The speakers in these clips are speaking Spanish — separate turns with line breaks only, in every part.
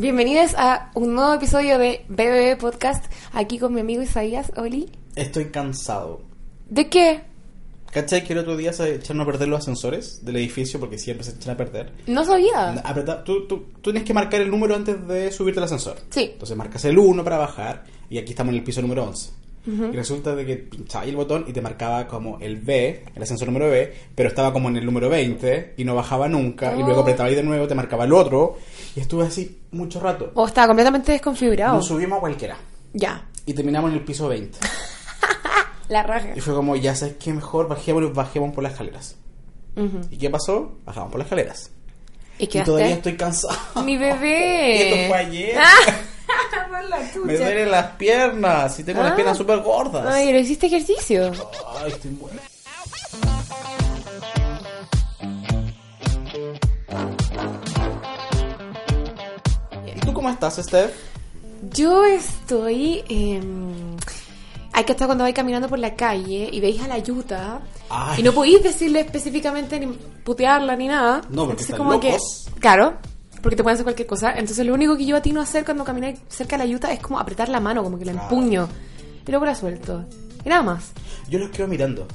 Bienvenidos a un nuevo episodio de BBB Podcast, aquí con mi amigo Isaías, Oli.
Estoy cansado.
¿De qué?
¿Cachai que el otro día se echaron a perder los ascensores del edificio porque siempre se echan a perder?
No sabía.
Apreta- tú, tú- tú tienes que marcar el número antes de subirte al ascensor.
Sí.
Entonces marcas el 1 para bajar y aquí estamos en el piso número 11. Y resulta de que pinchabas el botón y te marcaba como el B, el ascensor número B, pero estaba como en el número 20 y no bajaba nunca. Y
Oh.
luego apretabas de nuevo, te marcaba el otro. Y estuve así mucho rato.
O estaba completamente desconfigurado.
Nos subimos a cualquiera
Ya.
y terminamos en el piso 20.
La raja.
Y fue como, ya sabes qué mejor, bajemos, bajemos por las escaleras.
Ujú.
¿Y qué pasó? Bajamos por las escaleras.
¿Y
Y
quedaste?
todavía estoy cansado.
Mi
Y
bebé.
esto fue ayer.
Ah, por la chucha.
Me duelen las piernas. Y tengo las
Ah.
piernas súper gordas.
Ay, pero hiciste ejercicio.
Ay, estoy muerto. ¿Y tú cómo estás, Steph?
Yo estoy. eh, hay que estar cuando vais caminando por la calle y veis a la yuta
Ay.
y no podéis decirle específicamente ni putearla ni nada.
No, porque están locos.
que. Claro, porque te pueden hacer cualquier cosa. Entonces, lo único que yo atino a hacer cuando camináis cerca de la yuta es como apretar la mano, como que la
Claro.
empuño. Y luego la suelto. Y nada más.
Yo los quedo mirando.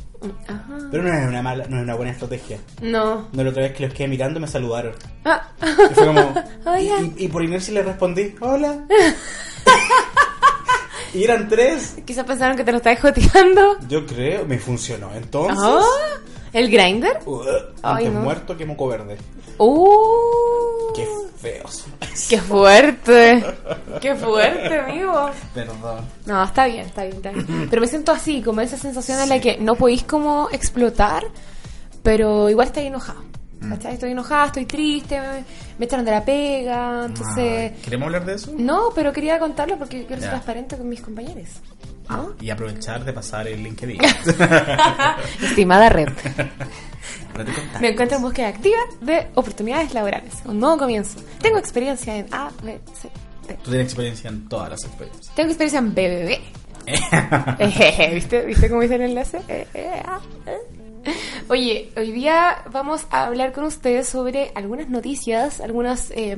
Ajá.
Pero no es una, mala, no es una buena estrategia.
No.
No, la otra vez que los quedé mirando me saludaron.
Ah.
Y fue como. y,
Hola.
y- y por inercia le respondí, hola. y eran tres.
Quizás pensaron que te lo estabas joteando.
Yo creo, me funcionó. Entonces.
Ah, ¿El grinder?
uh,
Ay,
antes
no.
muerto que moco verde.
¡Uh!
Qué feos.
¡Qué fuerte! ¡Qué fuerte, amigo!
Perdón.
No, está bien, está bien, está bien. Pero me siento así, como esa sensación en la que no podéis como explotar, pero igual estoy enojada.
Mm.
¿Cachai? Estoy enojada, estoy triste, me, me echaron de la pega, entonces...
Ay, ¿Queremos hablar de eso?
No, pero quería contarlo porque quiero ser
Ya.
transparente con mis compañeros. ¿no?
Y aprovechar de pasar el LinkedIn. Ah.
Estimada red,
Para te contar.
me encuentro en búsqueda activa de oportunidades laborales, un nuevo comienzo. Tengo experiencia en A, B, C, D.
Tú tienes experiencia en todas las experiencias.
Tengo experiencia en BBB. Ejeje, Eh, ¿Viste? ¿Viste cómo hice el enlace? Eh, eh, ah, eh. Oye, hoy día vamos a hablar con ustedes sobre algunas noticias, algunas eh,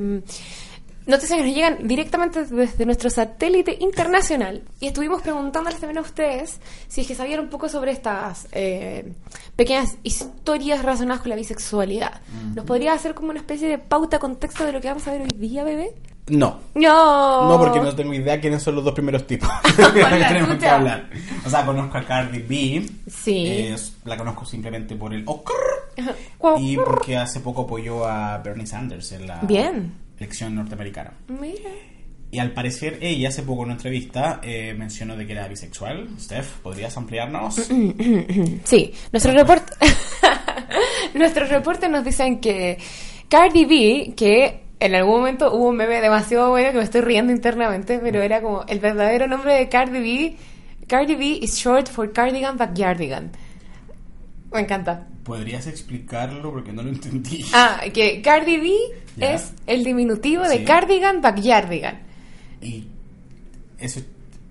noticias que nos llegan directamente desde nuestro satélite internacional. Y estuvimos preguntándoles también a ustedes si es que sabían un poco sobre estas eh, pequeñas historias relacionadas con la bisexualidad. ¿Nos podría hacer como una especie de pauta, contexto de lo que vamos a ver hoy día, bebé?
No.
No.
No, porque no tengo idea quiénes son los dos primeros tipos
Hola,
que tenemos que
chucha.
hablar. O sea, conozco a Cardi B.
Sí.
Es- la conozco simplemente por el ocr
Cuau.
y porque hace poco apoyó a Bernie Sanders en la
Bien.
elección norteamericana.
Mira.
Y al parecer ella hace poco en una entrevista eh, mencionó de que era bisexual. Steph, ¿podrías ampliarnos?
Mm. Sí, nuestro reporte, nuestros reportes nos dicen que Cardi B, que en algún momento hubo un meme demasiado bueno que me estoy riendo internamente,
Mm.
pero era como el verdadero nombre de Cardi B. Cardi B is short for Cardigan Backyardigan. Me encanta.
¿Podrías explicarlo? Porque no lo entendí.
Ah, que Cardi B
Ya.
es el diminutivo de
Sí.
Cardigan Backyardigan.
Y eso...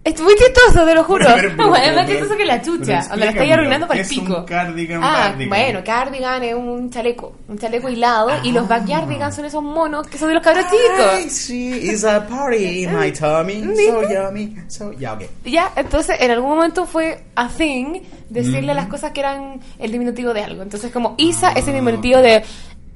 Es muy chistoso, te lo juro.
Pero- pero-
Bueno, es más
pero-
chistoso que la
pero
chucha. O
explícamelo.
la estoy arruinando para el
Es un
pico.
cardigan,
ah,
cardigan.
bueno, cardigan es un chaleco. Un chaleco hilado. Y
Ah.
los backyardigans son esos monos que son de los cabros chicos.
she is a party in my tummy. So yummy. So... Ya, ok.
Ya, entonces en algún momento fue a thing decirle
Mm.
las cosas que eran el diminutivo de algo. Entonces, como Isa es el diminutivo de.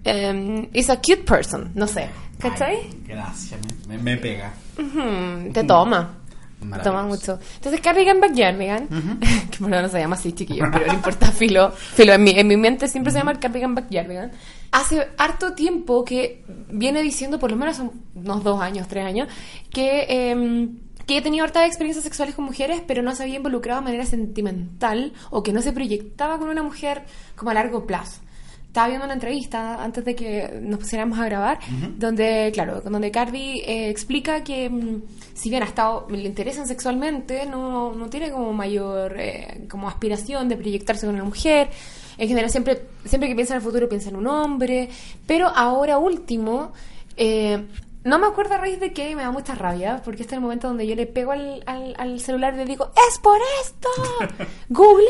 em, is a cute person. No sé. ¿Cachai?
Ay, gracias, me, me- me pega.
Ujú, te toma. Te toma
Maravilloso.
mucho. Entonces, Cardigan Backyardigan, que por lo menos se llama así, chiquillo, pero no importa, filo. filo en, mi, en mi mente siempre se llama el Cardigan Backyardigan. Hace harto tiempo que viene diciendo, por lo menos un- unos dos años, tres años, que, eh, que he tenido hartas experiencias sexuales con mujeres, pero no se había involucrado de manera sentimental o que no se proyectaba con una mujer como a largo plazo estaba viendo una entrevista antes de que nos pusiéramos a grabar, donde, claro, donde Cardi eh, explica que mm, si bien ha estado, le interesan sexualmente, no, no tiene como mayor eh, como aspiración de proyectarse con una mujer. En general, siempre, siempre que piensa en el futuro piensa en un hombre. Pero ahora último, eh, no me acuerdo a raíz de qué, me da mucha rabia, porque este es el momento donde yo le pego al, al, al celular y le digo, ¡es por esto! ¡Googlea!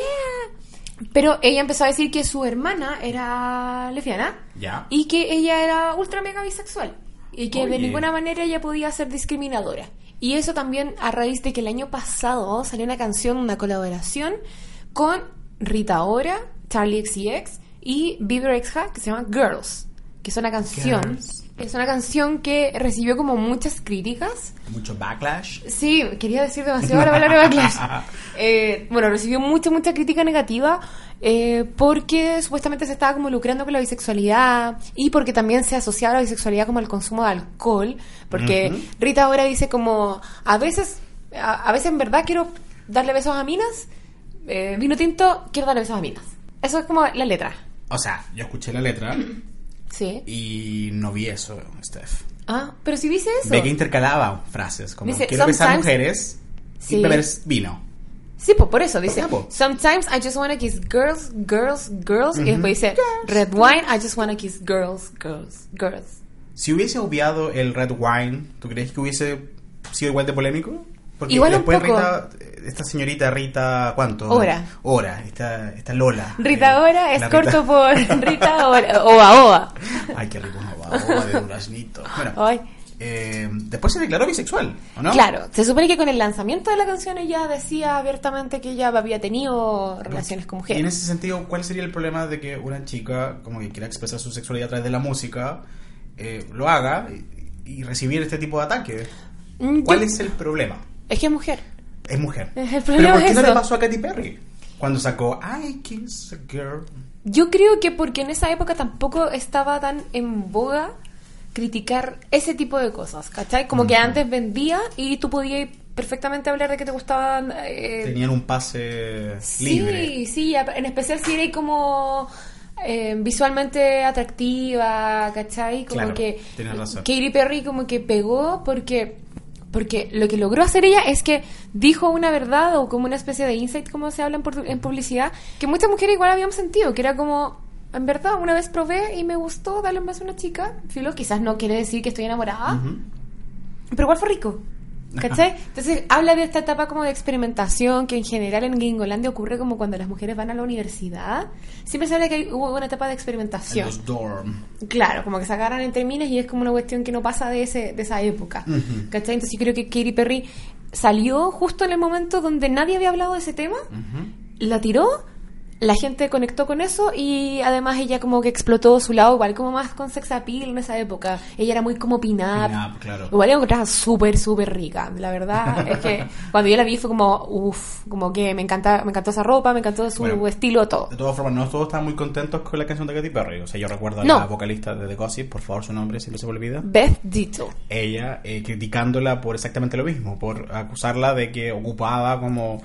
Pero ella empezó a decir que su hermana era lesbiana
Ya.
y que ella era ultra mega bisexual. y que de
Oye.
ninguna manera ella podía ser discriminadora. Y eso también a raíz de que el año pasado salió una canción, una colaboración con Rita Ora, Charlie XCX y Bieber XH que se llama Girls, que es una canción,
Girls.
es una canción que recibió como muchas críticas.
Mucho backlash.
Sí, quería decir demasiado la palabra backlash. Eh, bueno, recibió mucha, mucha crítica negativa eh, porque supuestamente se estaba como lucrando con la bisexualidad y porque también se asociaba la bisexualidad como al consumo de alcohol. Porque
Ujú.
Rita ahora dice como, a veces, a, a veces en verdad quiero darle besos a minas, eh, vino tinto, quiero darle besos a minas. Eso es como la letra.
O sea, yo escuché la letra
Sí.
y no vi eso, Steph.
Ah, pero si dice eso.
Ve que intercalaba frases como
Dice,
quiero besar
"Sometimes-"
mujeres
Sí.
y beber vino.
Sí, pues por eso dice.
Ah, po.
Sometimes I just wanna kiss girls, girls, girls. Y después dice red wine, I just wanna kiss girls, girls, girls.
Si hubiese obviado el red wine, ¿tú crees que hubiese sido igual de polémico? Porque
Igual un
después
poco.
Rita, esta señorita Rita, ¿cuánto?
Ora.
Ora, esta, esta Lola.
Rita
Eh,
ahora es
la
corto
Rita-
por Rita Ora. Oa Oa.
Ay, qué rico una guagua de duraznito. Bueno,
Ay.
eh, después se declaró bisexual, ¿o no?
Claro, se supone que con el lanzamiento de la canción ella decía abiertamente que ella había tenido relaciones con
Y en
mujeres.
ese sentido, ¿cuál sería el problema de que una chica, como que quiera expresar su sexualidad a través de la música, eh, lo haga y, y recibir este tipo de ataque?
Mm,
¿Cuál
yo-
es el problema?
Es que es mujer.
Es mujer.
El problema
¿Pero por qué
es
no le
eso.
pasó a Katy Perry? Cuando sacó I Kiss a Girl.
Yo creo que porque en esa época tampoco estaba tan en boga criticar ese tipo de cosas, ¿cachai? Como que
Ujú.
antes vendía y tú podías perfectamente hablar de que te gustaban... eh,
Tenían un pase
sí,
libre.
sí, a- en especial si eres como eh, visualmente atractiva, ¿cachai? Como
Claro,
que
tienes razón.
Katy Perry como que pegó porque... Porque lo que logró hacer ella es que dijo una verdad o como una especie de insight, como se habla en, portu- en publicidad, que muchas mujeres igual habíamos sentido, que era como, en verdad, una vez probé y me gustó darle un beso a una chica, filo, quizás no quiere decir que estoy enamorada,
Ujú.
pero igual fue rico. ¿Cachai? Entonces habla de esta etapa como de experimentación que en general en Gringolandia ocurre como cuando las mujeres van a la universidad. Siempre se habla que hay- hubo una etapa de
En
experimentación.
los dorm.
Claro, como que se agarran entre minas y es como una cuestión que no pasa de, ese, de esa época.
Ujú.
¿Cachai? Entonces yo creo que Katy Perry salió justo en el momento donde nadie había hablado de ese tema,
Ujú.
la tiró, la gente conectó con eso y además ella como que explotó su lado igual como más con sex appeal en esa época. Ella era muy como pin-up.
Pin-up, claro.
Igual la encontraba súper, súper rica. La verdad es que cuando yo la vi fue como, uff, como que me, encanta, me encantó esa ropa, me encantó su
Bueno.
estilo, todo.
De todas formas, no todos estaban muy contentos con la canción de Katy Perry. O sea, yo recuerdo a
No.
la vocalista de The Gossip, por favor, su nombre siempre se me olvida.
Beth Ditto.
ella eh, criticándola por exactamente lo mismo, por acusarla de que ocupaba como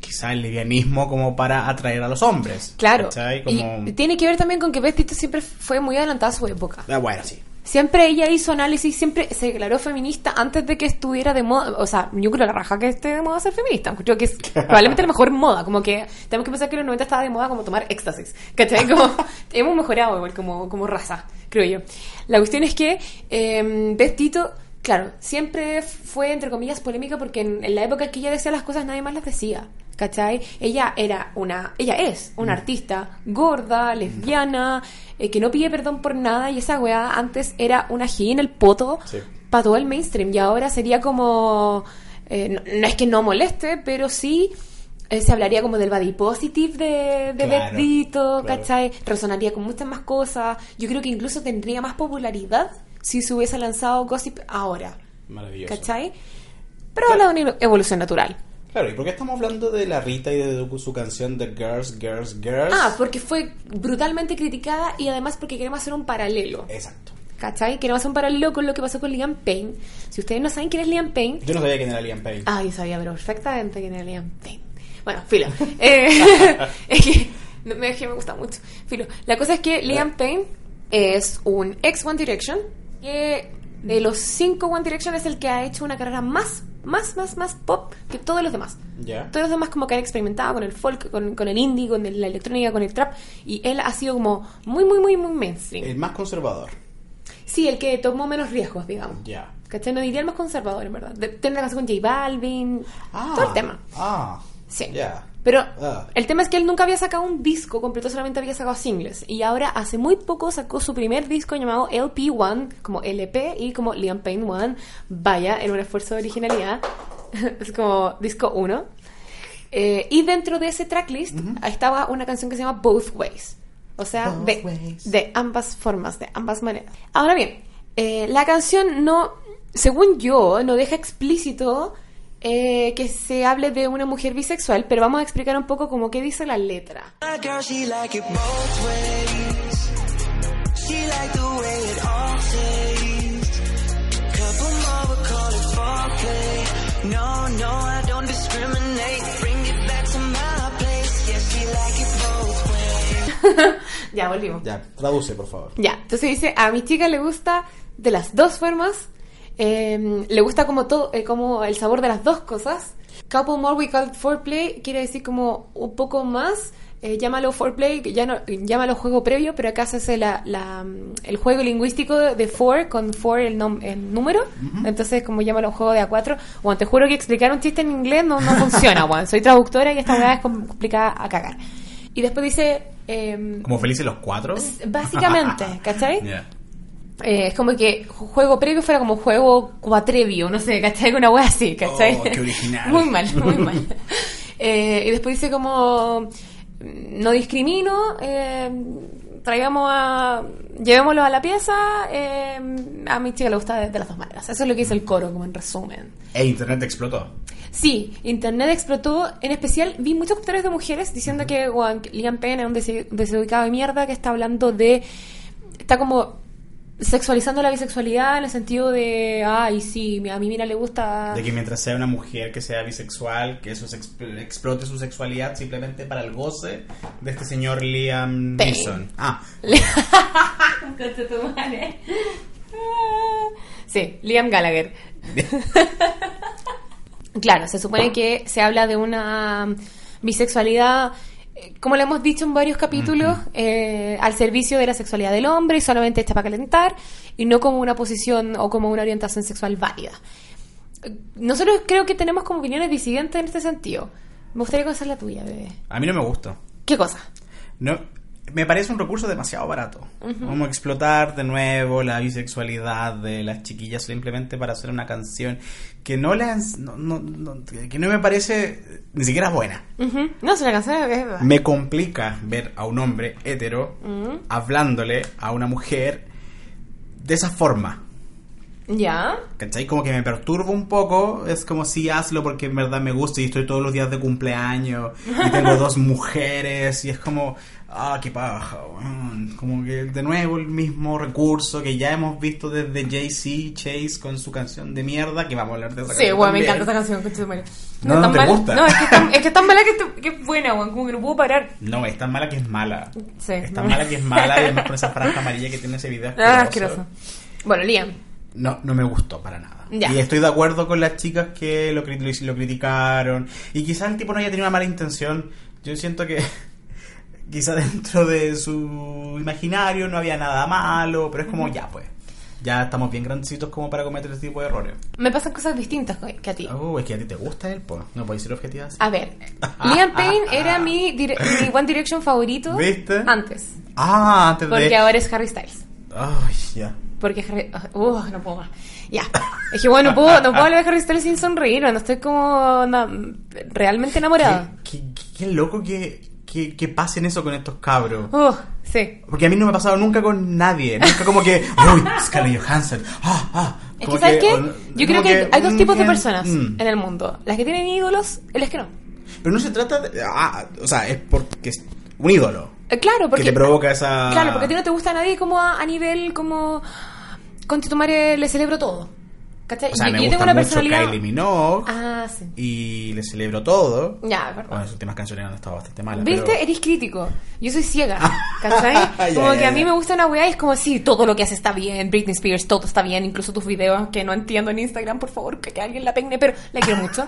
quizá el lesbianismo como para atraer a los hombres.
Claro.
¿cachai?
Y
Como...
tiene que ver también con que Beth Ditto siempre fue muy adelantada a su época.
Ah, bueno, sí.
Siempre ella hizo análisis, siempre se declaró feminista antes de que estuviera de moda. O sea, yo creo la raja que esté de moda ser feminista. Creo que es probablemente la mejor moda. Como que tenemos que pensar que en los 90 estaba de moda como tomar éxtasis. ¿Cachai? Como, hemos mejorado igual como, como raza, creo yo. La cuestión es que eh, Beth Tito, claro, siempre fue entre comillas polémica porque en, en la época que ella decía las cosas nadie más las decía. ¿Cachai? Ella era una. Ella es
Mm.
una artista gorda, lesbiana, eh, que no pide perdón por nada. Y esa weá antes era una G en el poto
Sí.
para todo el mainstream. Y ahora sería como. eh, no, no es que no moleste, pero sí. eh, se hablaría como del body positive de, de
Claro,
Verdito,
claro.
¿cachai? Resonaría con muchas más cosas. Yo creo que incluso tendría más popularidad si se hubiese lanzado Gossip ahora.
Maravilloso.
¿Cachai? Pero habla de una evolución natural.
Claro, ¿y por qué estamos hablando de la Rita y de su canción de Girls, Girls, Girls?
Ah, porque fue brutalmente criticada y además porque queremos hacer un paralelo.
Exacto.
¿Cachai? Queremos hacer un paralelo con lo que pasó con Liam Payne. Si ustedes no saben quién es Liam Payne,
Yo no sabía quién era Liam Payne.
ah, yo sabía pero perfectamente quién era Liam Payne. Bueno, filo. Eh, es que no, me, es que me gusta mucho. Filo. La cosa es que Liam Payne es un ex One Direction que de los cinco One Direction es el que ha hecho una carrera más, más, más, más pop que todos los demás.
¿Ya?
Todos los demás como que han experimentado con el folk, con, con el indie, con el- la electrónica, con el trap. Y él ha sido como muy, muy, muy, muy mainstream.
El más conservador.
Sí, el que tomó menos riesgos, digamos.
Ya.
¿Cachai? No diría el más conservador, en verdad. De- Tiene la canción con J Balvin. todo el tema.
Ah.
Sí.
Ya.
Pero
Ah.
el tema es que él nunca había sacado un disco completo, solamente había sacado singles. Y ahora, hace muy poco, sacó su primer disco llamado LP1, como LP y como Liam Payne One. Vaya, en un esfuerzo de originalidad. es como disco 1. Eh, y dentro de ese tracklist estaba una canción que se llama Both Ways. O sea,
Both
de,
Ways.
de ambas formas, de ambas maneras. Ahora bien, eh, la canción no, según yo, no deja explícito eh, que se hable de una mujer bisexual, pero vamos a explicar un poco como qué dice la letra.
My girl, she like it both ways. She like the way it all tastes. Couple more, we call it foreplay. No, no, I don't discriminate. Bring it back to my place. Yeah, she like it both ways.
Ya, volvimos.
Ya, traduce, por favor.
Ya, entonces dice, a mi chica le gusta de las dos formas, eh, le gusta como todo, eh, como el sabor de las dos cosas. Couple more we call it foreplay quiere decir como un poco más, eh, llámalo foreplay, que ya no, llámalo juego previo, pero acá se hace la, la, mm, el juego lingüístico de four, con four el, nom- el número, entonces como llámalo juego de A4. Bueno, te juro que explicar un chiste en inglés no, no funciona, Juan. Soy traductora y esta weá es complicada a cagar. Y después dice... em,
¿Como felices los cuatro?
Básicamente, ¿cachai?
Ya.
Eh, es como que juego previo fuera como juego cuatrevio, no sé, ¿cachai? Una wea así, ¿cachai?
Oh, qué original.
muy mal, muy mal. Eh, y después dice como, mm, no discrimino, eh, traigamos a, llevémoslo a la pieza, eh, a mi chica le gusta de, de las dos maneras. Eso es lo que dice el coro, como en resumen.
E internet explotó.
Sí, Internet explotó. En especial, vi muchos comentarios de mujeres diciendo que weón, Liam Payne es un desi- desubicado de mierda que está hablando de. Está como sexualizando la bisexualidad en el sentido de. Ay, sí, a mi mina le gusta.
De que mientras sea una mujer que sea bisexual, que eso se exp- explote su sexualidad simplemente para el goce de este señor Liam
Payne.
Neeson. Ah,
Concha tu madre. Ah. Sí, Liam Gallagher. claro, se supone que se habla de una um, bisexualidad, eh, como lo hemos dicho en varios capítulos, eh, al servicio de la sexualidad del hombre y solamente está para calentar y no como una posición o como una orientación sexual válida. Eh, Nosotros creo que tenemos como opiniones disidentes en este sentido. Me gustaría conocer la tuya, bebé.
a mí no me gustó.
¿Qué cosa?
No, me parece un recurso demasiado barato. Como explotar de nuevo la bisexualidad de las chiquillas simplemente para hacer una canción que no las no- no- no- que no me parece ni siquiera buena.
Ujú. No, es una canción de...
Me complica ver a un hombre hetero hablándole a una mujer de esa forma.
¿Ya?
¿Cachai? Como que me perturba un poco. Es como si hazlo porque en verdad me gusta y estoy todos los días de cumpleaños y tengo dos mujeres y es como, ah, qué paja, weón. Como que de nuevo el mismo recurso que ya hemos visto desde Jay-Z Chase con su canción de mierda, que vamos a hablar de esa
Sí,
canción
weón, me
también.
encanta esa canción, concha de tu madre.
No,
es
no
tan
te
mala-
gusta.
No, es que es tan, es que es tan mala que, te- que es buena, weón, como que no puedo parar.
No, es tan mala que es mala.
Sí.
Es tan mala que es mala, y además con esa franja amarilla que tiene ese video.
Ah, asqueroso. Bueno, Liam.
No, no me gustó para nada.
Ya.
Y estoy de acuerdo con las chicas que lo, cri- lo criticaron. Y quizás el tipo no haya tenido una mala intención. Yo siento que quizás dentro de su imaginario no había nada malo, pero es como ya pues. Ya estamos bien grandecitos como para cometer este tipo de errores.
Me pasan cosas distintas co- que a ti.
Uh, es que a ti te gusta él, pues. No podéis ser objetiva así.
A ver, Liam Payne era mi, dire- mi One Direction favorito
¿Viste?
antes.
Ah, antes de...
Porque ahora es Harry Styles.
Ay, ya.
Porque Harry. Uh, no puedo más. Ya. Es que, bueno, no puedo, no puedo hablar de Harry Styles sin sonreír, no estoy como na- realmente enamorada.
Qué, qué- qué loco que, que, que pasen eso con estos cabros.
Uh, sí.
Porque a mí no me ha pasado nunca con nadie. Nunca como que, uy, Scarlett Johansson. Ah, ah.
Es
Como
que, ¿sabes qué?
o no-
Yo
como
creo que, hay dos
mm,
tipos de
bien,
personas Eh.
mm.
en el mundo. Las que tienen ídolos y las que no.
Pero no se trata de. ah, o sea, es porque es un ídolo.
Eh, Claro, porque...
que te provoca esa.
Claro, porque a ti no te gusta a nadie como a, a nivel como... Con tu madre le celebro todo. ¿Cachai?
O sea,
Yo-
me
yo
gusta
tengo una
mucho
personalidad...
Kylie Minogue.
Ah, sí.
Y le celebro todo.
Ya, perdón.
Bueno, sus últimas canciones han estado bastante malas.
¿Viste?
Ah, pero- Ah.
Eres crítico. Yo soy ciega. ¿Cachai?
Ya,
Como
ya,
que a mí
ya.
me gusta una weá y es como, sí, todo lo que haces está bien. Britney Spears, todo está bien. Incluso tus videos que no entiendo en Instagram, por favor, que, que alguien la peine, pero la quiero mucho.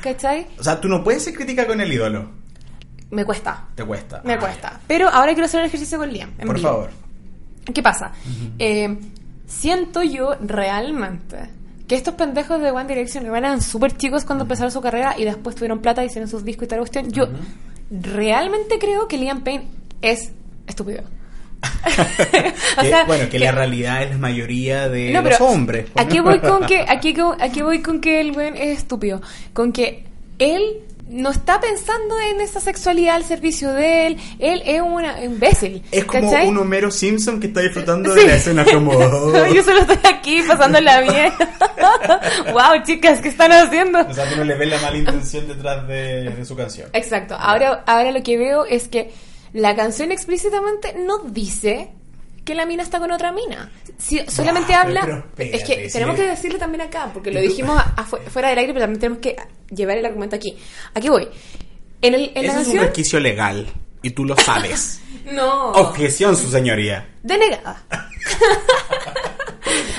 ¿Cachai?
O sea, tú no puedes ser crítica con el ídolo.
Me cuesta.
Te cuesta.
Me
Ah,
cuesta. Pero ahora quiero hacer un ejercicio con Liam.
ya.
en
Por
vivo.
favor.
¿Qué pasa? Eh, siento yo realmente Que estos pendejos de One Direction eran súper chicos cuando empezaron su carrera y después tuvieron plata, hicieron sus discos y tal cuestión. Yo realmente creo que Liam Payne es estúpido. O
Que,
sea,
bueno, que, la
que-
realidad es la mayoría de
No, pero
los hombres. pues,
Aquí
¿no?
voy con que, aquí, co- aquí voy con que el weón es estúpido. Con que él no está pensando en esa sexualidad al servicio de él. Él es una imbécil.
Es como
¿cachai?
un Homero Simpson que está disfrutando
Sí.
de la escena como...
Yo solo estoy aquí pasándola bien. wow, chicas, ¿qué están haciendo?
O sea, tú no le ves la mala intención detrás de, de su canción.
Exacto. Ahora, ahora lo que veo es que la canción explícitamente no dice que la mina está con otra mina. Si solamente
Ah,
habla.
pero espérate,
es que
si
tenemos
le-
que decirlo también acá, porque lo dijimos afu- fuera del aire, pero también tenemos que llevar el argumento aquí. Aquí voy. En, el, en la
Ese es un
canción.
resquicio legal. Y tú lo sabes.
No.
Objeción, su señoría.
Denegada.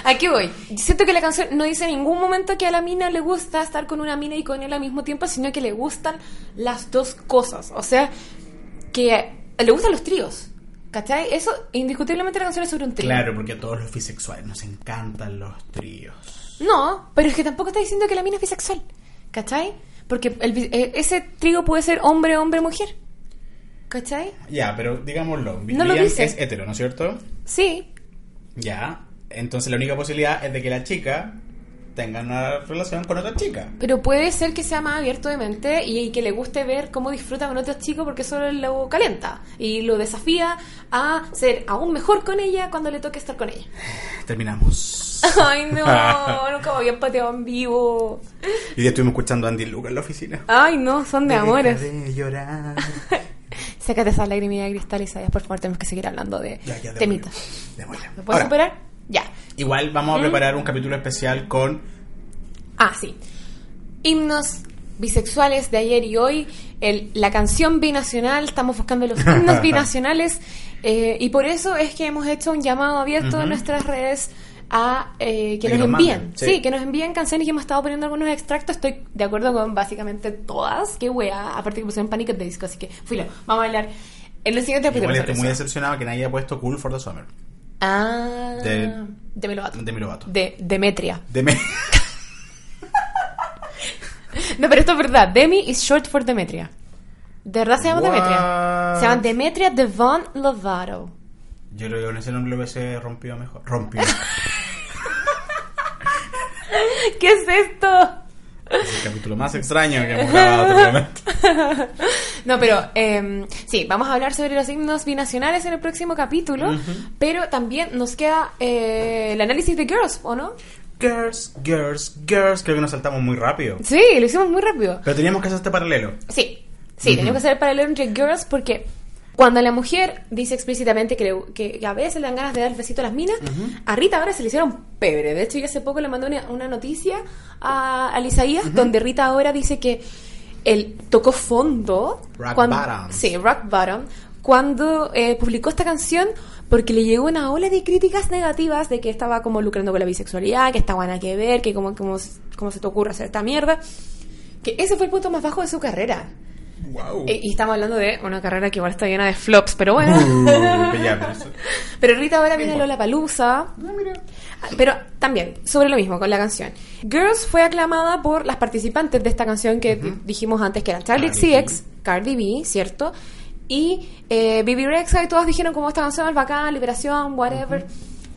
Aquí voy. Siento que la canción no dice en ningún momento que a la mina le gusta estar con una mina y con él al mismo tiempo, sino que le gustan las dos cosas. O sea, que le gustan los tríos. ¿Cachai? Eso, indiscutiblemente la canción es sobre un trío.
Claro, porque a todos los bisexuales nos encantan los tríos.
No, pero es que tampoco está diciendo que la mina es bisexual. ¿Cachai? Porque el bi- eh, ese trío puede ser hombre, hombre, mujer. ¿Cachai?
Ya, pero digámoslo.
No lo
Liam
dice.
Es hetero, ¿no es cierto?
Sí.
Ya. Entonces la única posibilidad es de que la chica tenga una relación con otra chica.
Pero puede ser que sea más abierto de mente y, y que le guste ver cómo disfruta con otros chicos porque solo lo calienta y lo desafía a ser aún mejor con ella cuando le toque estar con ella.
Terminamos.
Ay, no, nunca me habían pateado en vivo.
Y ya estuvimos escuchando a Andy Luca en la oficina.
Ay, no, son de
Deja
amores.
de llorar.
Sácate esa lagrimilla de cristal y sabes, por favor, tenemos que seguir hablando de
Ya, ya,
temitas.
de mola.
¿Me puedo
Ahora,
superar? ¿Mm? Ya.
Igual vamos a preparar un capítulo especial con
Ah, sí. Himnos bisexuales de ayer y hoy. el- la canción binacional, estamos buscando los himnos binacionales. eh, y por eso es que hemos hecho un llamado abierto
Ujú.
en nuestras redes a eh, que
A que
nos,
nos
envíen.
manden,
sí.
sí.
que nos envíen canciones y hemos estado poniendo algunos extractos. Estoy de acuerdo con básicamente todas. Qué wea. Aparte que pusieron Panic! at the Disco, así que filo. Vamos a hablar en el siguiente
Igual
episodio.
estoy muy decepcionado que nadie haya puesto Cool for the Summer.
Ah,
de-
de Melovato.
De Milovato.
De Demetria.
De me-
No, pero esto es verdad. Demi is short for Demetria. De verdad se llama
What?
Demetria. Se llama Demetria Devon Lovato.
Yo creo que con ese nombre lo hubiese rompido mejor. Rompido.
¿Qué es esto?
Es el capítulo más extraño que hemos grabado hasta el momento.
No, pero eh, sí, vamos a hablar sobre los himnos binacionales en el próximo capítulo. Pero también nos queda eh, el análisis de Girls, ¿o no?
Girls, girls, girls. Creo que nos saltamos muy rápido.
Sí, lo hicimos muy rápido.
Pero teníamos que hacer este paralelo.
Sí, sí, tenemos que hacer el paralelo entre girls porque cuando la mujer dice explícitamente que, le- que- que a veces le dan ganas de dar el besito a las minas, a Rita ahora se le hicieron pebre. De hecho, yo hace poco le mandé una, una noticia a, al Isaías donde Rita ahora dice que él tocó fondo.
Rock
cuando,
bottom.
Sí, rock bottom. Cuando eh, publicó esta canción, porque le llegó una ola de críticas negativas de que estaba como lucrando con la bisexualidad, que estaban a que ver, que como, como, como se te ocurre hacer esta mierda. Que ese fue el punto más bajo de su carrera.
Wow.
E- Y estamos hablando de una carrera que igual está llena de flops, pero bueno.
Uh,
pero Rita ahora viene Lola Palusa. Pero también, sobre lo mismo con la canción. Girls fue aclamada por las participantes de esta canción que dijimos antes, que eran Charlie
Cardi B.
CX, Cardi B, ¿cierto? Y eh, Bibi Rexa, y todas dijeron como esta canción es bacán, liberación, whatever.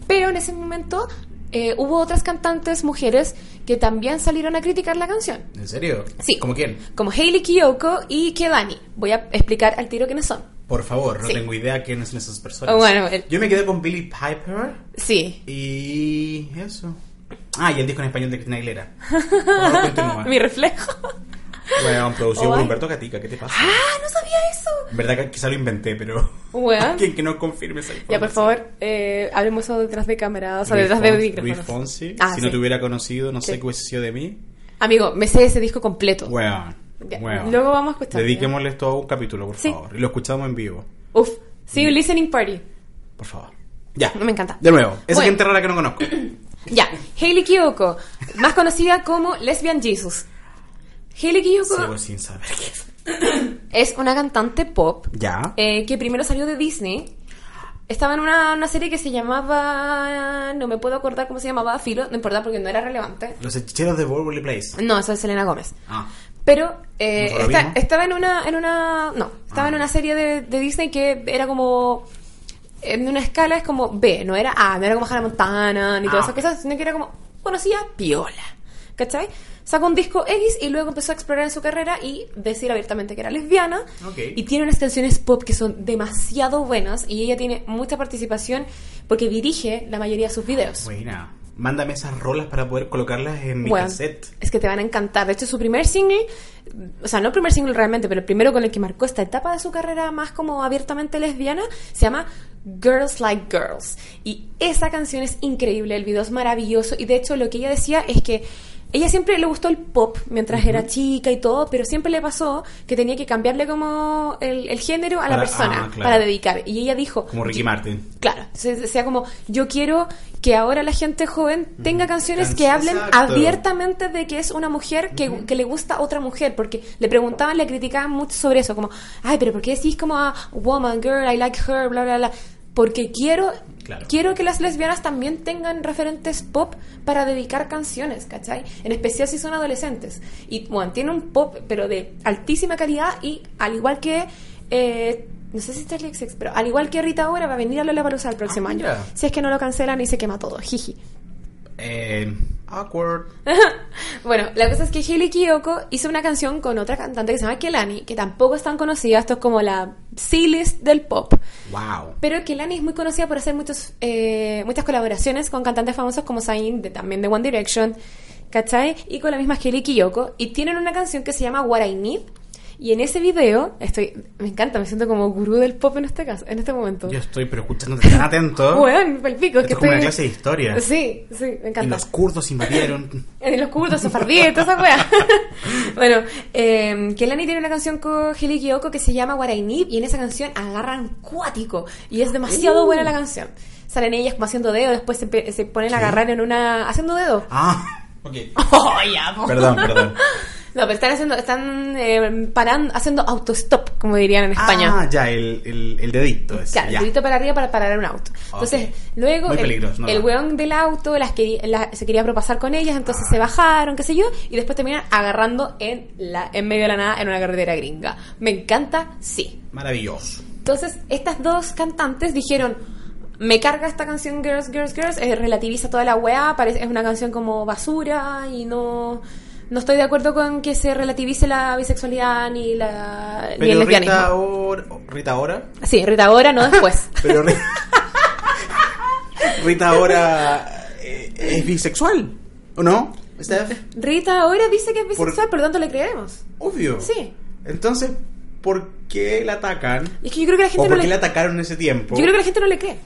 Pero en ese momento eh, hubo otras cantantes mujeres que también salieron a criticar la canción
¿En serio?
Sí.
¿Como quién?
como Hailey Kiyoko y Kelani. Voy a explicar al tiro quiénes son.
Por favor, no
Sí.
tengo idea quiénes son esas personas.
Bueno, el-
Yo me quedé con Billy Piper
Sí.
y eso. Ah, y el disco en español de Cristina Aguilera. Por favor, continúa.
Mi reflejo.
Bueno, producido por
Ay.
Humberto Gatica, ¿qué te pasa?
¡Ah! No sabía eso.
En verdad que quizá lo inventé, pero...
Bueno.
Alguien que no confirme esa
Ya, por
información.
favor, eh, hablemos eso detrás de cámara, o sea,
Luis
detrás de
Fon-
micrófonos.
Luis Fonsi,
Ah,
si
sí.
no te hubiera conocido, no
Sí.
sé qué hubiese sido de mí.
Amigo, me sé ese disco completo.
Weón.
Ya,
weón.
luego vamos a escuchar,
Dediquémosle esto a un capítulo, por
Sí.
favor. Y lo escuchamos en vivo,
Uf. See you listening party.
por favor. Ya.
Me encanta.
De nuevo. Esa
Bueno.
gente rara que no conozco.
Ya, Hailey Kiyoko, más conocida como Lesbian Jesus. Hailey Kiyoko
Sigo sin saber qué es.
es una cantante pop
Ya.
eh, que primero salió de Disney Estaba en una, una serie que se llamaba. No me puedo acordar cómo se llamaba, Filo, no importa porque no era relevante.
Los hechiceros de Waverly Place.
No, esa es Selena Gómez.
Ah.
Pero
¿No
eh,
es lo
esta-
mismo?
estaba en una, en una. No, estaba
Ah.
en una serie de, de Disney que era como. En una escala es como B, no era A, no era como Hannah Montana, ni todas
Ah,
esas cosas, sino que era como conocía piola. ¿Cachai? Sacó un disco X y luego empezó a explorar en su carrera y decir abiertamente que era lesbiana.
Ok.
Y tiene unas canciones pop que son demasiado buenas y ella tiene mucha participación porque dirige la mayoría de sus videos.
Buena. Mándame esas rolas para poder colocarlas en mi
Bueno,
cassette.
Es que te van a encantar. De hecho, su primer single, o sea, no el primer single realmente, pero el primero con el que marcó esta etapa de su carrera más como abiertamente lesbiana, se llama Girls Like Girls. Y esa canción es increíble, el video es maravilloso. Y de hecho, lo que ella decía es que ella siempre le gustó el pop mientras era chica y todo, pero siempre le pasó que tenía que cambiarle como el, el género a la
Para-
persona
ah, claro.
para dedicar. Y ella dijo...
Como Ricky Martin.
Claro, se- sea como yo quiero que ahora la gente joven tenga canciones que
Canciones,
hablen
exacto.
abiertamente de que es una mujer que, que le gusta a otra mujer, porque le preguntaban, le criticaban mucho sobre eso, como, ay, pero ¿por qué decís como a woman, girl, I like her, bla, bla, bla? Porque quiero,
Claro.
quiero que las lesbianas también tengan referentes pop para dedicar canciones, ¿cachai? En especial si son adolescentes. Y bueno, tiene un pop, pero de altísima calidad y al igual que... eh, no sé si está XX, pero al igual que Rita ahora va a venir a Lollapalooza el próximo año.
Ah, mira.
Si es que no lo cancelan y se quema todo, jiji.
Eh, awkward.
Bueno, la cosa es que Hailey Kiyoko hizo una canción con otra cantante que se llama Kelani, que tampoco es tan conocida, esto es como la C-list del pop.
Wow.
Pero Kelani es muy conocida por hacer muchos, eh, muchas colaboraciones con cantantes famosos como Zayn, de- también de One Direction, ¿cachai? Y con la misma Hailey Kiyoko. Y tienen una canción que se llama What I Need. Y en ese video, estoy, me encanta, me siento como gurú del pop en este caso, en este momento.
Yo estoy, pero escuchándote tan atento.
Weón, palpico,
Esto
que
es
estoy-
como una clase de historia.
Sí, sí, me encanta.
Y los kurdos invadieron.
En los cursos, sofardía y toda esa wea. bueno, eh, Kelani tiene una canción con Hailey Kiyoko que se llama What I Need y en esa canción agarran cuático y es demasiado buena la canción. Salen ellas como haciendo dedo, después se, pe- se ponen a agarrar en una... haciendo dedo.
Ah, ok.
Oh, ya, po.
Perdón, perdón.
No, pero están haciendo, están eh, parando, haciendo autostop, como dirían en España.
Ah, ya, el, el, el dedito. ese,
Claro,
Pues, ya.
el dedito para arriba para parar un auto. Entonces, luego
Muy
el,
peligroso, no,
el
no.
weón del auto las quería- la- se quería propasar con ellas, entonces se bajaron, qué sé yo, y después terminan agarrando en, la, en medio de la nada en una carretera gringa. Me encanta, sí.
Maravilloso.
Entonces, estas dos cantantes dijeron, me carga esta canción Girls, Girls, Girls, eh, relativiza toda la weá, parece, es una canción como basura y no... No estoy de acuerdo con que se relativice la bisexualidad ni, la, ni el
Pero Rita
lesbianismo.
ahora, Rita ahora.
Sí, Rita ahora, no después.
Pero Ri- Rita, ahora eh, es bisexual, ¿o no? Steph,
Rita ahora dice que es
Por-
bisexual, por, lo tanto le creeremos.
obvio.
Sí.
Entonces, ¿por qué la atacan?
Y es que yo creo que la
¿O
gente no
por
le
qué la atacaron en ese tiempo?
Yo creo que la gente no le cree.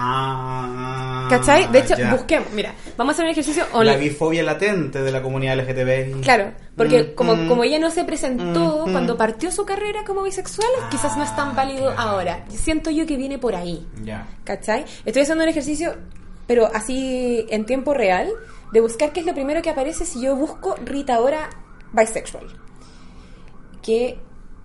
Ah.
¿Cachai? de hecho,
ya.
busquemos. Mira, vamos a hacer un ejercicio
La
online.
bifobia latente de la comunidad LGTB.
Claro, porque
Mm,
como,
mm.
como ella no se presentó
Mm, mm.
cuando partió su carrera como bisexual, quizás no es tan válido
claro.
ahora. Siento yo que viene por ahí.
Ya.
¿Cachai? Estoy haciendo un ejercicio, pero así en tiempo real, de buscar qué es lo primero que aparece si yo busco Rita ahora bisexual. Que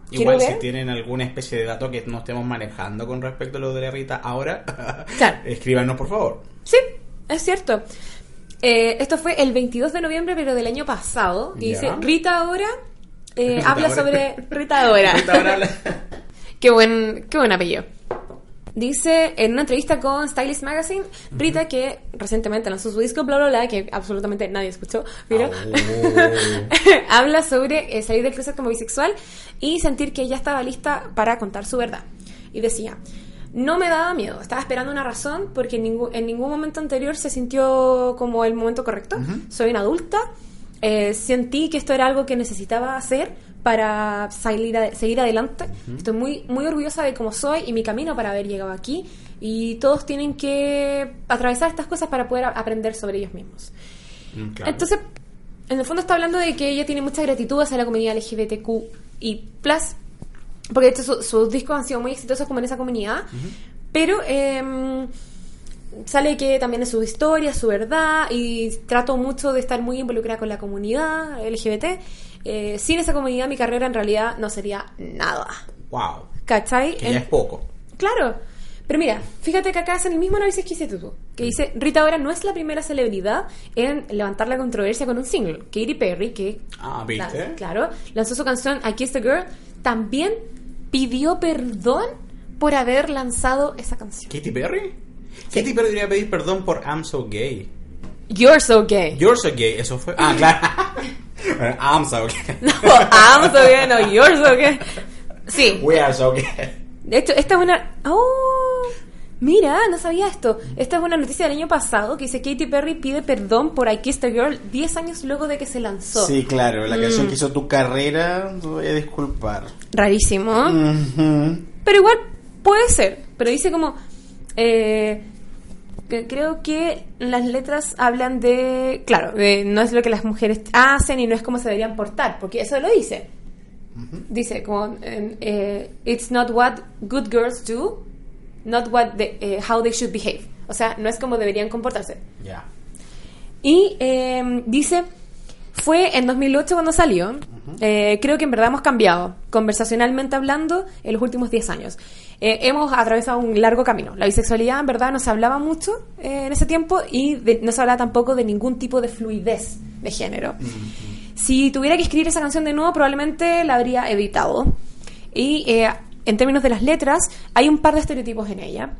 quiero
Igual
ver.
si tienen alguna especie de dato que no estemos manejando con respecto a lo de la Rita ahora,
Claro.
escríbanos por favor.
Sí, es cierto. Eh, esto fue el 22 de noviembre, pero del año pasado. Y
Ya.
dice, Rita ahora eh,
Rita
habla
ahora.
sobre Rita ahora.
Rita ahora habla-
qué, buen, qué buen apellido. Dice en una entrevista con Stylist Magazine, Rita, que recientemente lanzó su disco, bla, bla, bla, que absolutamente nadie escuchó, pero
Ah,
habla sobre eh, salir del closet como bisexual y sentir que ella estaba lista para contar su verdad. Y decía, no me daba miedo, estaba esperando una razón porque en ningún, en ningún momento anterior se sintió como el momento correcto. Soy una adulta, eh, sentí que esto era algo que necesitaba hacer para salir ade- seguir adelante. Estoy muy, muy orgullosa de cómo soy y mi camino para haber llegado aquí. Y todos tienen que atravesar estas cosas para poder a- aprender sobre ellos mismos.
Mm, claro.
Entonces, en el fondo está hablando de que ella tiene mucha gratitud hacia la comunidad LGBTQ y plus, porque de hecho su- sus discos han sido muy exitosos como en esa comunidad, pero em, sale que también es su historia, su verdad, y trato mucho de estar muy involucrada con la comunidad LGBT. Eh, sin esa comunidad mi carrera en realidad no sería nada.
wow.
¿Cachai?
Que ya
En-
es poco.
Claro. Pero mira, fíjate que acá hacen el mismo análisis que hiciste tú, que dice, Rita ahora no es la primera celebridad en levantar la controversia con un single. Katy Perry, que
Ah, ¿viste?
la- claro, lanzó su canción I Kissed a Girl, también pidió perdón por haber lanzado esa canción.
¿Katy Perry? Katy Perry debería pedir perdón por I'm so gay.
You're so gay.
You're so gay, eso fue. Ah, claro. Bueno, I'm so gay.
No, I'm so gay, no, you're so gay. Sí,
We are so gay.
De hecho, esta es una. ¡Oh! Mira, no sabía esto. Esta es una noticia del año pasado que dice Katy Perry pide perdón por I Kissed a Girl 10 años luego de que se lanzó.
Sí, claro, la
mm.
canción que hizo tu carrera, te voy a disculpar.
Rarísimo.
Mm. Ujú.
Pero igual puede ser. Pero dice como. eh, que creo que las letras hablan de. Claro, de no es lo que las mujeres hacen y no es como se deberían portar, porque eso lo dice. Dice como. eh, eh, It's not what good girls do, not what they- eh, how they should behave. O sea, no es como deberían comportarse.
Ya.
Y eh, dice, fue en 2008 cuando salió. Eh, creo que en verdad hemos cambiado, conversacionalmente hablando, en los últimos 10 años. Eh, hemos atravesado un largo camino. La bisexualidad en verdad no se hablaba mucho eh, en ese tiempo y de- no se hablaba tampoco de ningún tipo de fluidez de género. Si tuviera que escribir esa canción de nuevo, probablemente la habría evitado. Y eh, en términos de las letras, hay un par de estereotipos en ella.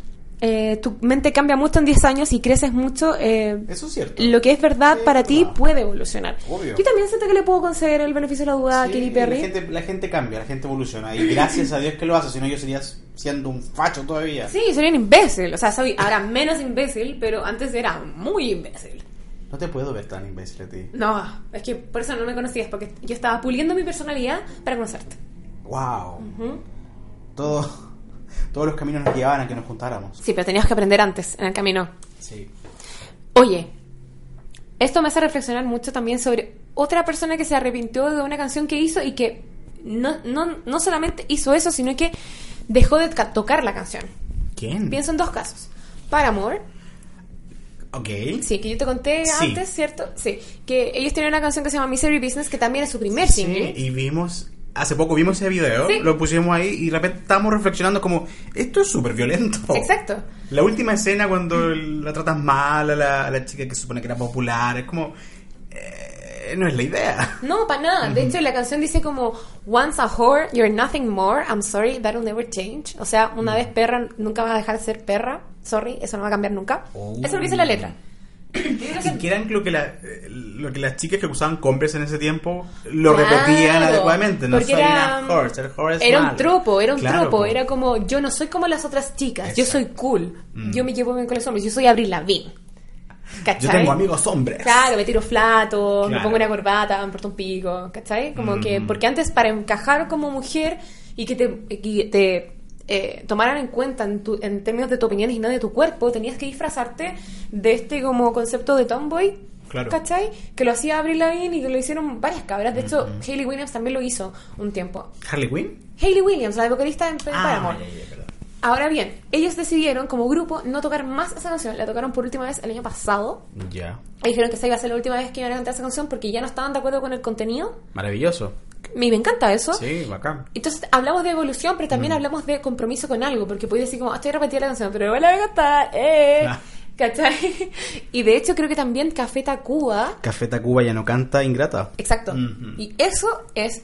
Eh, tu mente cambia mucho en 10 años y creces mucho. eh,
Eso es cierto.
lo que es verdad
Sí,
para ti
verdad.
puede evolucionar.
Obvio.
Yo también siento que le puedo conceder el beneficio de la duda a
Sí,
Katy Perry.
La gente, la gente cambia, la gente evoluciona. Y gracias a Dios que lo hace, si no yo sería siendo un facho todavía.
Sí, soy un imbécil. O sea, soy ahora menos imbécil, pero antes era muy imbécil.
No te puedo ver tan imbécil a ti.
No, es que por eso no me conocías, porque yo estaba puliendo mi personalidad para conocerte.
Wow. Todo- todos los caminos nos llevaban a que nos juntáramos.
Sí, pero tenías que aprender antes, en el camino.
Sí.
Oye, esto me hace reflexionar mucho también sobre otra persona que se arrepintió de una canción que hizo y que no, no, no solamente hizo eso, sino que dejó de ca- tocar la canción.
¿Quién?
Pienso en dos casos. Paramore,
Ok.
sí, que yo te conté
Sí.
antes, ¿cierto? Sí, que ellos tienen una canción que se llama Misery Business, que también es su primer
Sí,
single.
y vimos, hace poco vimos ese video,
Sí.
lo pusimos ahí y de repente estábamos reflexionando como, esto es súper violento.
Exacto.
La última escena cuando la tratas mal a la, a la chica que se supone que era popular, es como, eh, no es la idea.
No, para nada. De hecho, la canción dice como Once a whore, you're nothing more. I'm sorry, that'll never change. O sea,
Mm.
una vez perra, nunca vas a dejar de ser perra. Sorry, eso no va a cambiar nunca.
Oh.
Eso es lo que dice la letra.
Y que eran lo que, la- eh, lo que las chicas que usaban compres en ese tiempo lo
Claro,
repetían adecuadamente. No
porque
soy
era,
una whore, ser whore es
era un
malo.
tropo, era un
Claro,
tropo,
po.
era como yo no soy como las otras chicas, yo soy
Exacto. Mm.
cool, yo me llevo bien con los hombres, yo soy Abril Lavigne.
Yo
¿Cachai?
tengo amigos hombres.
Claro, me tiro flato, me
Claro. Mm-hmm.
pongo una corbata, me porto un pico, ¿cachai? Como que, porque antes para encajar como mujer y que te, y te, eh, tomaran en cuenta en, tu- en términos de tu opinión y no de tu cuerpo, tenías que disfrazarte de este como concepto de tomboy,
Claro.
¿cachai? Que lo hacía Avril Lavigne y que lo hicieron varias cabras. De hecho,
Mm-hmm.
Hayley Williams también lo hizo un tiempo.
Harley Quinn.
Hayley Williams, la vocalista en
Ah,
Paramore.
ya, ya, perdón.
Ahora bien, ellos decidieron como grupo no tocar más esa canción. La tocaron por última vez el año pasado.
Ya.
Y dijeron que esa iba a ser la última vez que iban a cantar esa canción porque ya no estaban de acuerdo con el contenido.
Maravilloso.
A mí me encanta eso.
Sí, bacán.
Entonces hablamos de evolución, pero también hablamos de compromiso con algo, porque podéis decir como, "Ah, estoy repetida la canción, pero igual la voy a cantar, eh.
Ah.
¿Cachai? Y de hecho creo que también Café Tacuba,
Café Tacuba ya no canta ingrata.
exacto.
Ujú.
Y eso es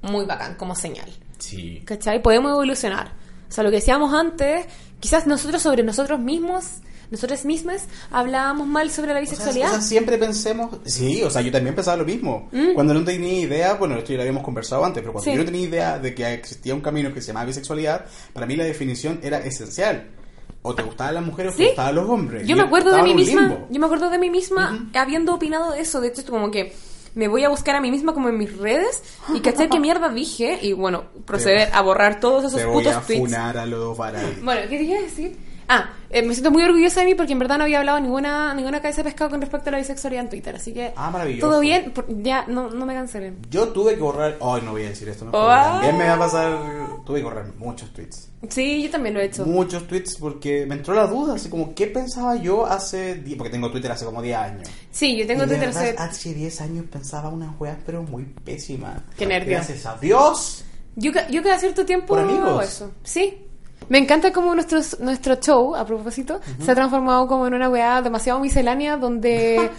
muy bacán como señal.
Sí.
¿Cachai? Podemos evolucionar. O sea, lo que decíamos antes, quizás nosotros sobre nosotros mismos, nosotros mismas, hablábamos mal sobre la
O sea,
bisexualidad.
o sea, siempre pensemos, sí, o sea, yo también pensaba lo mismo.
Mm.
Cuando no tenía idea, bueno, esto ya lo habíamos conversado antes, pero cuando
Sí.
yo no tenía idea de que existía un camino que se llamaba bisexualidad, para mí la definición era esencial. O te gustaban las mujeres o
Sí.
te gustaban los hombres.
Yo me acuerdo de
estaba
mí
en un
misma,
limbo.
yo me acuerdo de mí misma habiendo opinado de eso, de hecho como que me voy a buscar a mí misma como en mis redes y cachar qué mierda dije y bueno, proceder a borrar todos esos
Te voy a
putos tweets.
funar a los varones.
Bueno, ¿qué quería decir? Ah, eh, me siento muy orgullosa de mí porque en verdad no había hablado ninguna ninguna cabeza de pescado con respecto a la bisexualidad en Twitter, así que
Ah, maravilloso.
todo bien, por- ya no, no me cancelen.
Yo tuve que borrar, ay, no voy a decir esto, no,
Oh.
pero también me va a pasar, tuve que borrar muchos tweets.
Sí, yo también lo he hecho.
Muchos tweets porque me entró la duda, así como, ¿qué pensaba yo hace 10? Porque tengo Twitter hace como 10 años.
Sí, yo tengo
Y de
Twitter
verdad,
hace-
Hace 10 años pensaba unas weas, pero muy pésimas.
Qué nervio.
Gracias a Dios.
Yo, ca- yo cada cierto tiempo
Por amigos.
hago eso. Sí. Me encanta cómo nuestro, nuestro show, a propósito, se ha transformado como en una weá demasiado miscelánea donde,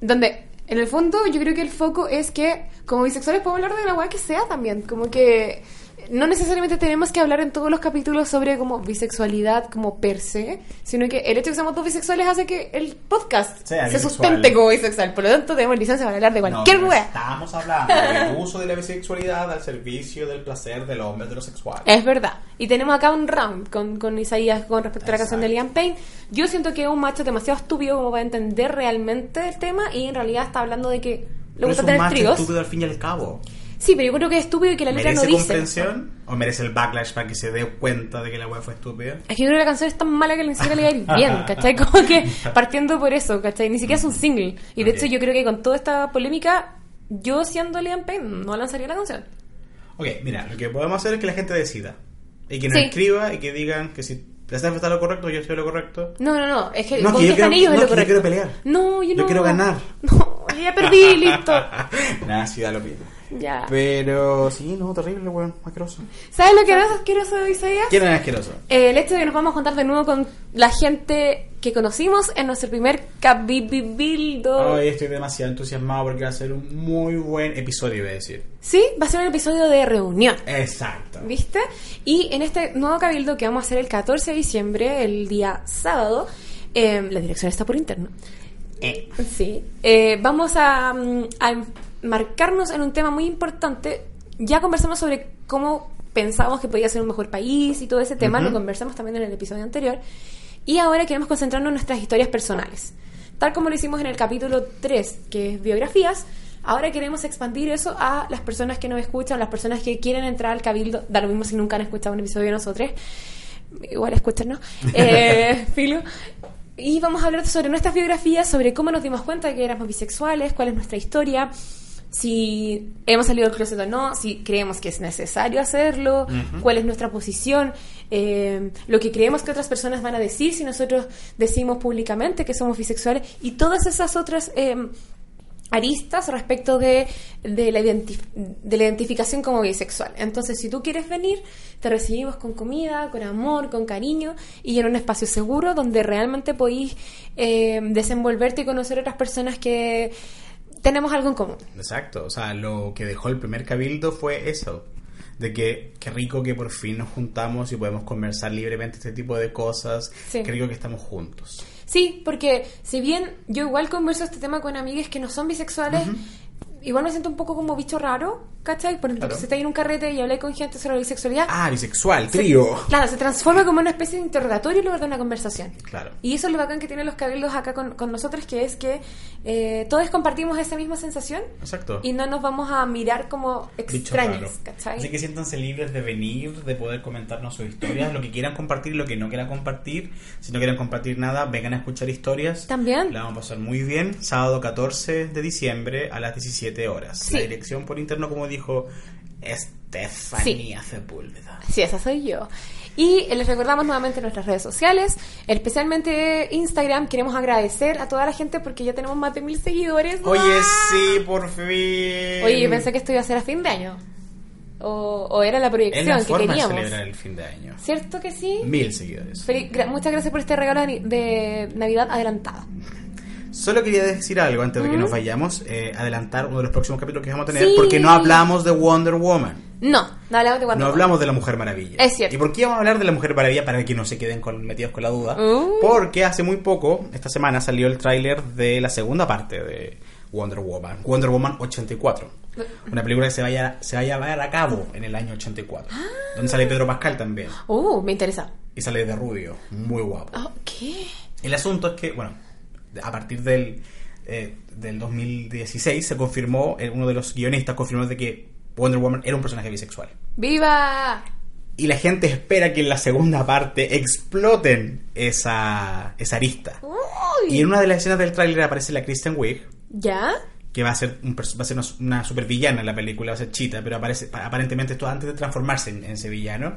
donde en el fondo yo creo que el foco es que como bisexuales podemos hablar de la weá que sea también, como que no necesariamente tenemos que hablar en todos los capítulos sobre como bisexualidad como per se, sino que el hecho de que seamos dos bisexuales hace que el podcast
Sea
se
bisexual.
sustente como bisexual, por lo tanto tenemos licencia para hablar de cualquier
no, pero
weá.
Estamos hablando del uso de la bisexualidad al servicio del placer del hombre heterosexual.
Es verdad. Y tenemos acá un round con, con Isaías con respecto a la canción de Liam Payne. Yo siento que es un macho demasiado estúpido como para entender realmente el tema y en realidad está hablando de que le
Pero es
gusta
un
tener
macho
trigos.
estúpido al fin y al cabo.
Sí, pero yo creo que es estúpido y que la letra no
¿Merece
dice.
comprensión o merece el backlash para que se dé cuenta de que la wea fue estúpida?
Es que yo creo que la canción es tan mala que ni siquiera le va a ir bien, ¿cachai? Como que partiendo por eso, ¿cachai? Ni siquiera es un single. Y de
Ok.
hecho yo creo que con toda esta polémica, yo siendo Liam Payne no lanzaría la canción.
Ok, mira, lo que podemos hacer es que la gente decida. Y que nos
Sí.
escriba y que digan que si la Steph está lo correcto, yo estoy lo correcto.
No, no, no. Es que
No,
con
que yo
qué están
quiero-
ellos es
no,
lo
que yo
correcto.
quiero pelear.
No, yo
Yo
no.
quiero ganar.
No, yo ya perdí, listo.
Nada, sí, da lo mismo.
Ya.
Pero sí, no, terrible, weón, asqueroso.
¿Sabes lo que más asqueroso, Isaías?
¿Quién es asqueroso?
Eh, el hecho de que nos vamos a juntar de nuevo con la gente que conocimos en nuestro primer Cabibibildo.
Hoy estoy demasiado entusiasmado porque va a ser un muy buen episodio, iba a decir.
Sí, va a ser un episodio de reunión.
Exacto.
¿Viste? Y en este nuevo cabildo que vamos a hacer el 14 de diciembre, el día sábado, eh, la dirección está por interno.
Eh.
Sí. Eh, vamos a, mm, a marcarnos en un tema muy importante. Ya conversamos sobre cómo pensábamos que podía ser un mejor país y todo ese tema. Lo conversamos también en el episodio anterior. Y ahora queremos concentrarnos en nuestras historias personales. Tal como lo hicimos en el capítulo 3, que es biografías, ahora queremos expandir eso a las personas que nos escuchan, las personas que quieren entrar al cabildo. Da lo mismo si nunca han escuchado un episodio de nosotros igual escúchanos, eh, filo. Y vamos a hablar sobre nuestras biografías, sobre cómo nos dimos cuenta que éramos bisexuales, cuál es nuestra historia, si hemos salido del closet o no, si creemos que es necesario hacerlo, cuál es nuestra posición, eh, lo que creemos que otras personas van a decir si nosotros decimos públicamente que somos bisexuales y todas esas otras... em, aristas respecto de, de, la identi- de la identificación como bisexual. Entonces, si tú quieres venir, te recibimos con comida, con amor, con cariño y en un espacio seguro donde realmente podís eh, desenvolverte y conocer otras personas que tenemos algo en común.
Exacto, o sea, lo que dejó el primer cabildo fue eso, de que qué rico que por fin nos juntamos y podemos conversar libremente este tipo de cosas,
Sí.
qué rico que estamos juntos.
Sí, porque si bien yo igual converso este tema con amigas que no son bisexuales, igual me siento un poco como bicho raro, ¿cachai? Por ejemplo,
Claro.
si estáis en un carrete y habláis con gente sobre la bisexualidad,
Ah, bisexual, trío.
claro, se transforma como una especie de interrogatorio en lugar de una conversación.
Claro.
Y eso es lo bacán que tienen los cabildos acá con, con nosotros, que es que eh, todos compartimos esa misma sensación
Exacto.
y no nos vamos a mirar como
Bicho raro.
extraños, ¿cachai?
Así que siéntanse libres de venir, de poder comentarnos sus historias, lo que quieran compartir, lo que no quieran compartir. Si no quieren compartir nada, vengan a escuchar historias.
También.
La vamos a pasar muy bien. Sábado 14 de diciembre a las 17 horas.
Sí.
La dirección por interno, como dijo Estefanía Sepúlveda.
Sí, esa soy yo. Y eh, les recordamos nuevamente nuestras redes sociales, especialmente Instagram. Queremos agradecer a toda la gente porque ya tenemos más de mil seguidores.
Oye, sí, por fin.
Oye, yo pensé que esto iba a ser a fin de año. O, o era la
Es
proyección
la
que
forma de
queríamos.
celebrar el fin de año.
¿Cierto que sí?
Mil seguidores.
Feliz- gra- muchas gracias por este regalo de ni- de Navidad adelantada.
Solo quería decir algo antes de que nos vayamos, eh, adelantar uno de los próximos capítulos que vamos a tener,
Sí.
porque no hablamos de Wonder Woman.
No, no hablamos de Wonder
No
Woman.
hablamos de la Mujer Maravilla.
Es cierto.
¿Y por qué vamos a hablar de la Mujer Maravilla? Para que no se queden con- metidos con la duda.
Uh.
Porque hace muy poco, esta semana, salió el tráiler de la segunda parte de Wonder Woman. Wonder Woman 84. Una película que se vaya, se va a llevar a cabo en el año 84.
Ah.
Donde sale Pedro Pascal también.
Uh, me interesa.
Y sale de Rubio. Muy guapo.
Ah, ¿Qué?
El asunto es que, bueno, a partir del, eh, del 2016 se confirmó, eh, uno de los guionistas confirmó de que Wonder Woman era un personaje bisexual.
¡Viva!
Y la gente espera que en la segunda parte exploten esa, esa arista.
Uy.
Y en una de las escenas del tráiler aparece la Kristen Wiig,
¿Ya?
que va a ser, un pers- va a ser una, una supervillana en la película, va a ser chita, pero aparece, pa- aparentemente esto antes de transformarse en, en ese villano,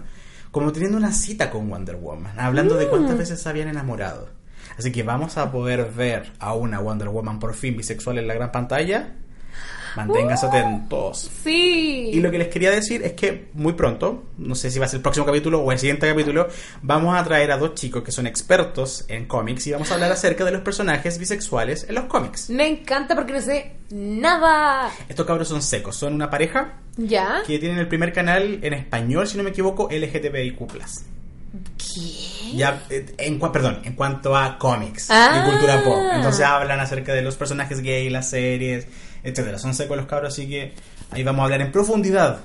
como teniendo una cita con Wonder Woman, hablando de cuántas veces se habían enamorado. Así que vamos a poder ver a una Wonder Woman por fin bisexual en la gran pantalla. Manténganse atentos.
Sí.
Y lo que les quería decir es que muy pronto, no sé si va a ser el próximo capítulo o el siguiente capítulo, vamos a traer a dos chicos que son expertos en cómics y vamos a hablar acerca de los personajes bisexuales en los cómics.
Me encanta porque no sé nada.
Estos cabros son secos, son una pareja
¿Ya?
que tienen el primer canal en español, si no me equivoco, LGTBIQ+.
¿Qué?
Ya, eh, en, cua- perdón, en cuanto a cómics
Ah.
y cultura pop. Entonces hablan acerca de los personajes gay, las series, etcétera. Son secos los cabros, así que ahí vamos a hablar en profundidad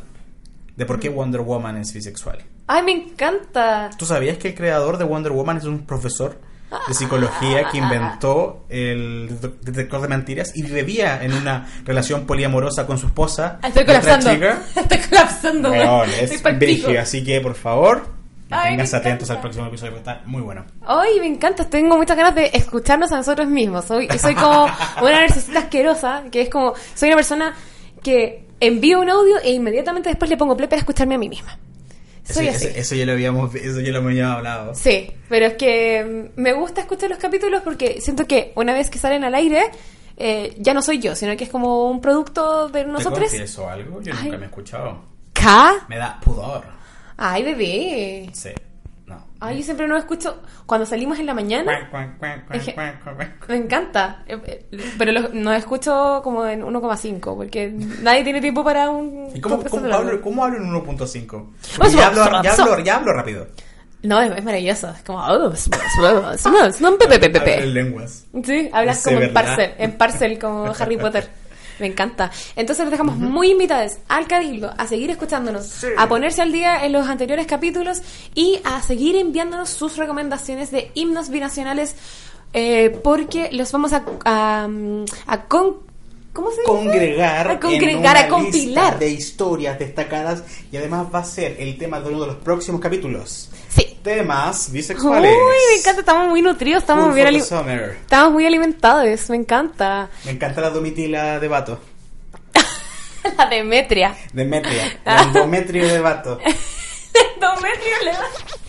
de por qué Wonder Woman es bisexual.
Ay, me encanta.
¿Tú sabías que el creador de Wonder Woman es un profesor de psicología que inventó el detec- detector de mentiras y vivía en una relación poliamorosa con su esposa?
Estoy
y otra
colapsando.
chica?
Estoy colapsando. güey.
Weón,
Estoy pa'l pico.
es brígido, así que por favor,
Ay, me
manténganse atentos
encanta.
al próximo episodio que está muy bueno.
Ay, me encanta. Tengo muchas ganas de escucharnos a nosotros mismos. Soy, soy como una narcisista asquerosa, que es como... Soy una persona que envío un audio e inmediatamente después le pongo play para escucharme a mí misma. Soy
Ese-
así.
ese- eso ya lo habíamos eso ya lo habíamos hablado.
Sí, pero es que mm, me gusta escuchar los capítulos porque siento que una vez que salen al aire, eh, ya no soy yo, sino que es como un producto de nosotros.
¿Te confieso algo? Yo
Ay.
nunca me he escuchado.
¿K?
Me da pudor.
Ay, bebé.
Sí. No.
Ay, yo siempre no escucho cuando salimos en la mañana.
Cuac, cuac, cuac, cuac,
Es que-
cuac, cuac, cuac.
Me encanta, Eh, eh, pero los- no escucho como en 1,5 porque nadie tiene tiempo para un.
¿Y cómo,
podcast
cómo
hablando.
hablo, cómo hablo en 1.5?
Pues,
Porque Ya hablo,
pues,
ya,
pues,
hablo, ya hablo rápido.
No, es, es maravilloso. Es como. oh, es- es- es- no, pe- pe- pe- pe- pe.
Hablo en lenguas.
Sí, hablas
Ese,
como en
¿verdad?
parcel, en parcel como Harry Potter. Me encanta. Entonces los dejamos muy invitados al Cabildo a seguir escuchándonos, a ponerse al día en los anteriores capítulos y a seguir enviándonos sus recomendaciones de himnos binacionales eh, porque los vamos a, a, a con, ¿cómo se dice?
Congregar,
a
en
congregar,
una
a compilar.
lista de historias destacadas y además va a ser el tema de uno de los próximos capítulos.
Sí.
Temas
Uy,
bisexuales.
me encanta, estamos muy nutridos, estamos,
Cool
bien
for the
ali-
summer.
estamos muy alimentados, me encanta.
Me encanta la domitila de vato.
La Demetria.
Demetria. La endometrio de vato.
Demetria le da-